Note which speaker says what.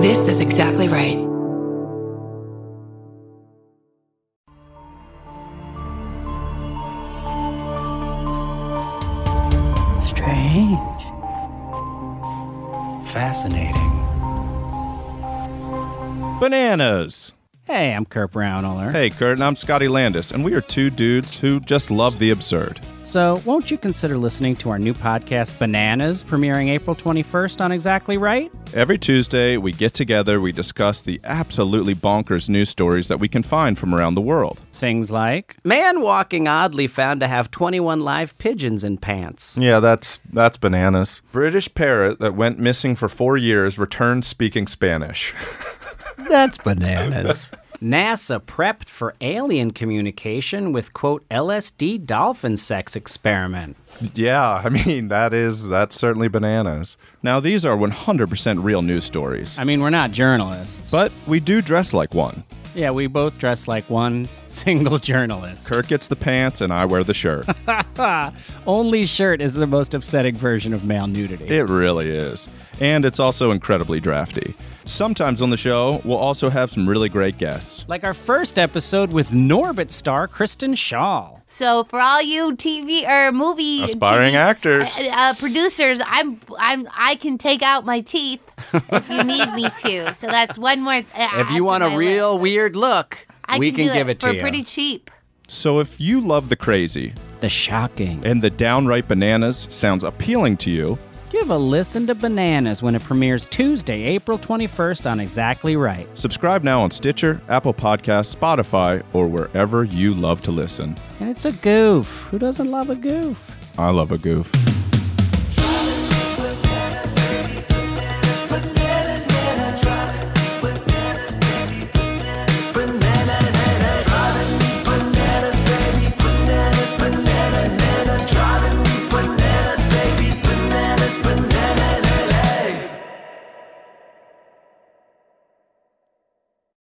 Speaker 1: This is exactly right.
Speaker 2: Strange.
Speaker 3: Fascinating.
Speaker 4: Bananas.
Speaker 3: Hey, I'm Kurt Brownoller.
Speaker 4: Hey, Kurt, and I'm Scotty Landis, and we are two dudes who just love the absurd.
Speaker 3: So, won't you consider listening to our new podcast, Bananas, premiering April 21st on Exactly Right?
Speaker 4: Every Tuesday, we get together, we discuss the absolutely bonkers news stories that we can find from around the world.
Speaker 3: Things like Man walking oddly found to have 21 live pigeons in pants.
Speaker 4: Yeah, that's that's bananas. British parrot that went missing for 4 years returned speaking Spanish.
Speaker 2: That's bananas.
Speaker 3: NASA prepped for alien communication with, quote, LSD dolphin sex experiment.
Speaker 4: yeah, I mean, that is that's certainly bananas. Now these are 100% real news stories,
Speaker 3: I mean, we're not journalists.
Speaker 4: but we do dress like one.
Speaker 3: yeah, we both dress like one single journalist.
Speaker 4: Kurt gets the pants and I wear the shirt.
Speaker 3: Only shirt is the most upsetting version of male nudity.
Speaker 4: It really is. And it's also incredibly drafty. Sometimes on the show, we'll also have some really great guests.
Speaker 3: like our first episode with Norbit star Kristen Shaw.
Speaker 5: So for all you TV or movie
Speaker 4: Aspiring
Speaker 5: TV,
Speaker 4: actors.
Speaker 5: uh, uh, producers, I'm I'm I can take out my teeth if you need me to. So that's one more. uh,
Speaker 3: If you want a real weird look,
Speaker 5: I
Speaker 3: we
Speaker 5: can,
Speaker 3: can,
Speaker 5: do
Speaker 3: give it,
Speaker 5: for
Speaker 3: to you.
Speaker 5: pretty cheap.
Speaker 4: So if you love the crazy
Speaker 3: the shocking.
Speaker 4: and the downright bananas sounds appealing to you,
Speaker 3: Give a listen to Bananas when it premieres Tuesday, April 21st on Exactly Right.
Speaker 4: subscribe now on Stitcher, Apple Podcasts, Spotify, or wherever you love to listen.
Speaker 3: And it's a goof. Who doesn't love a goof?
Speaker 4: I love a goof.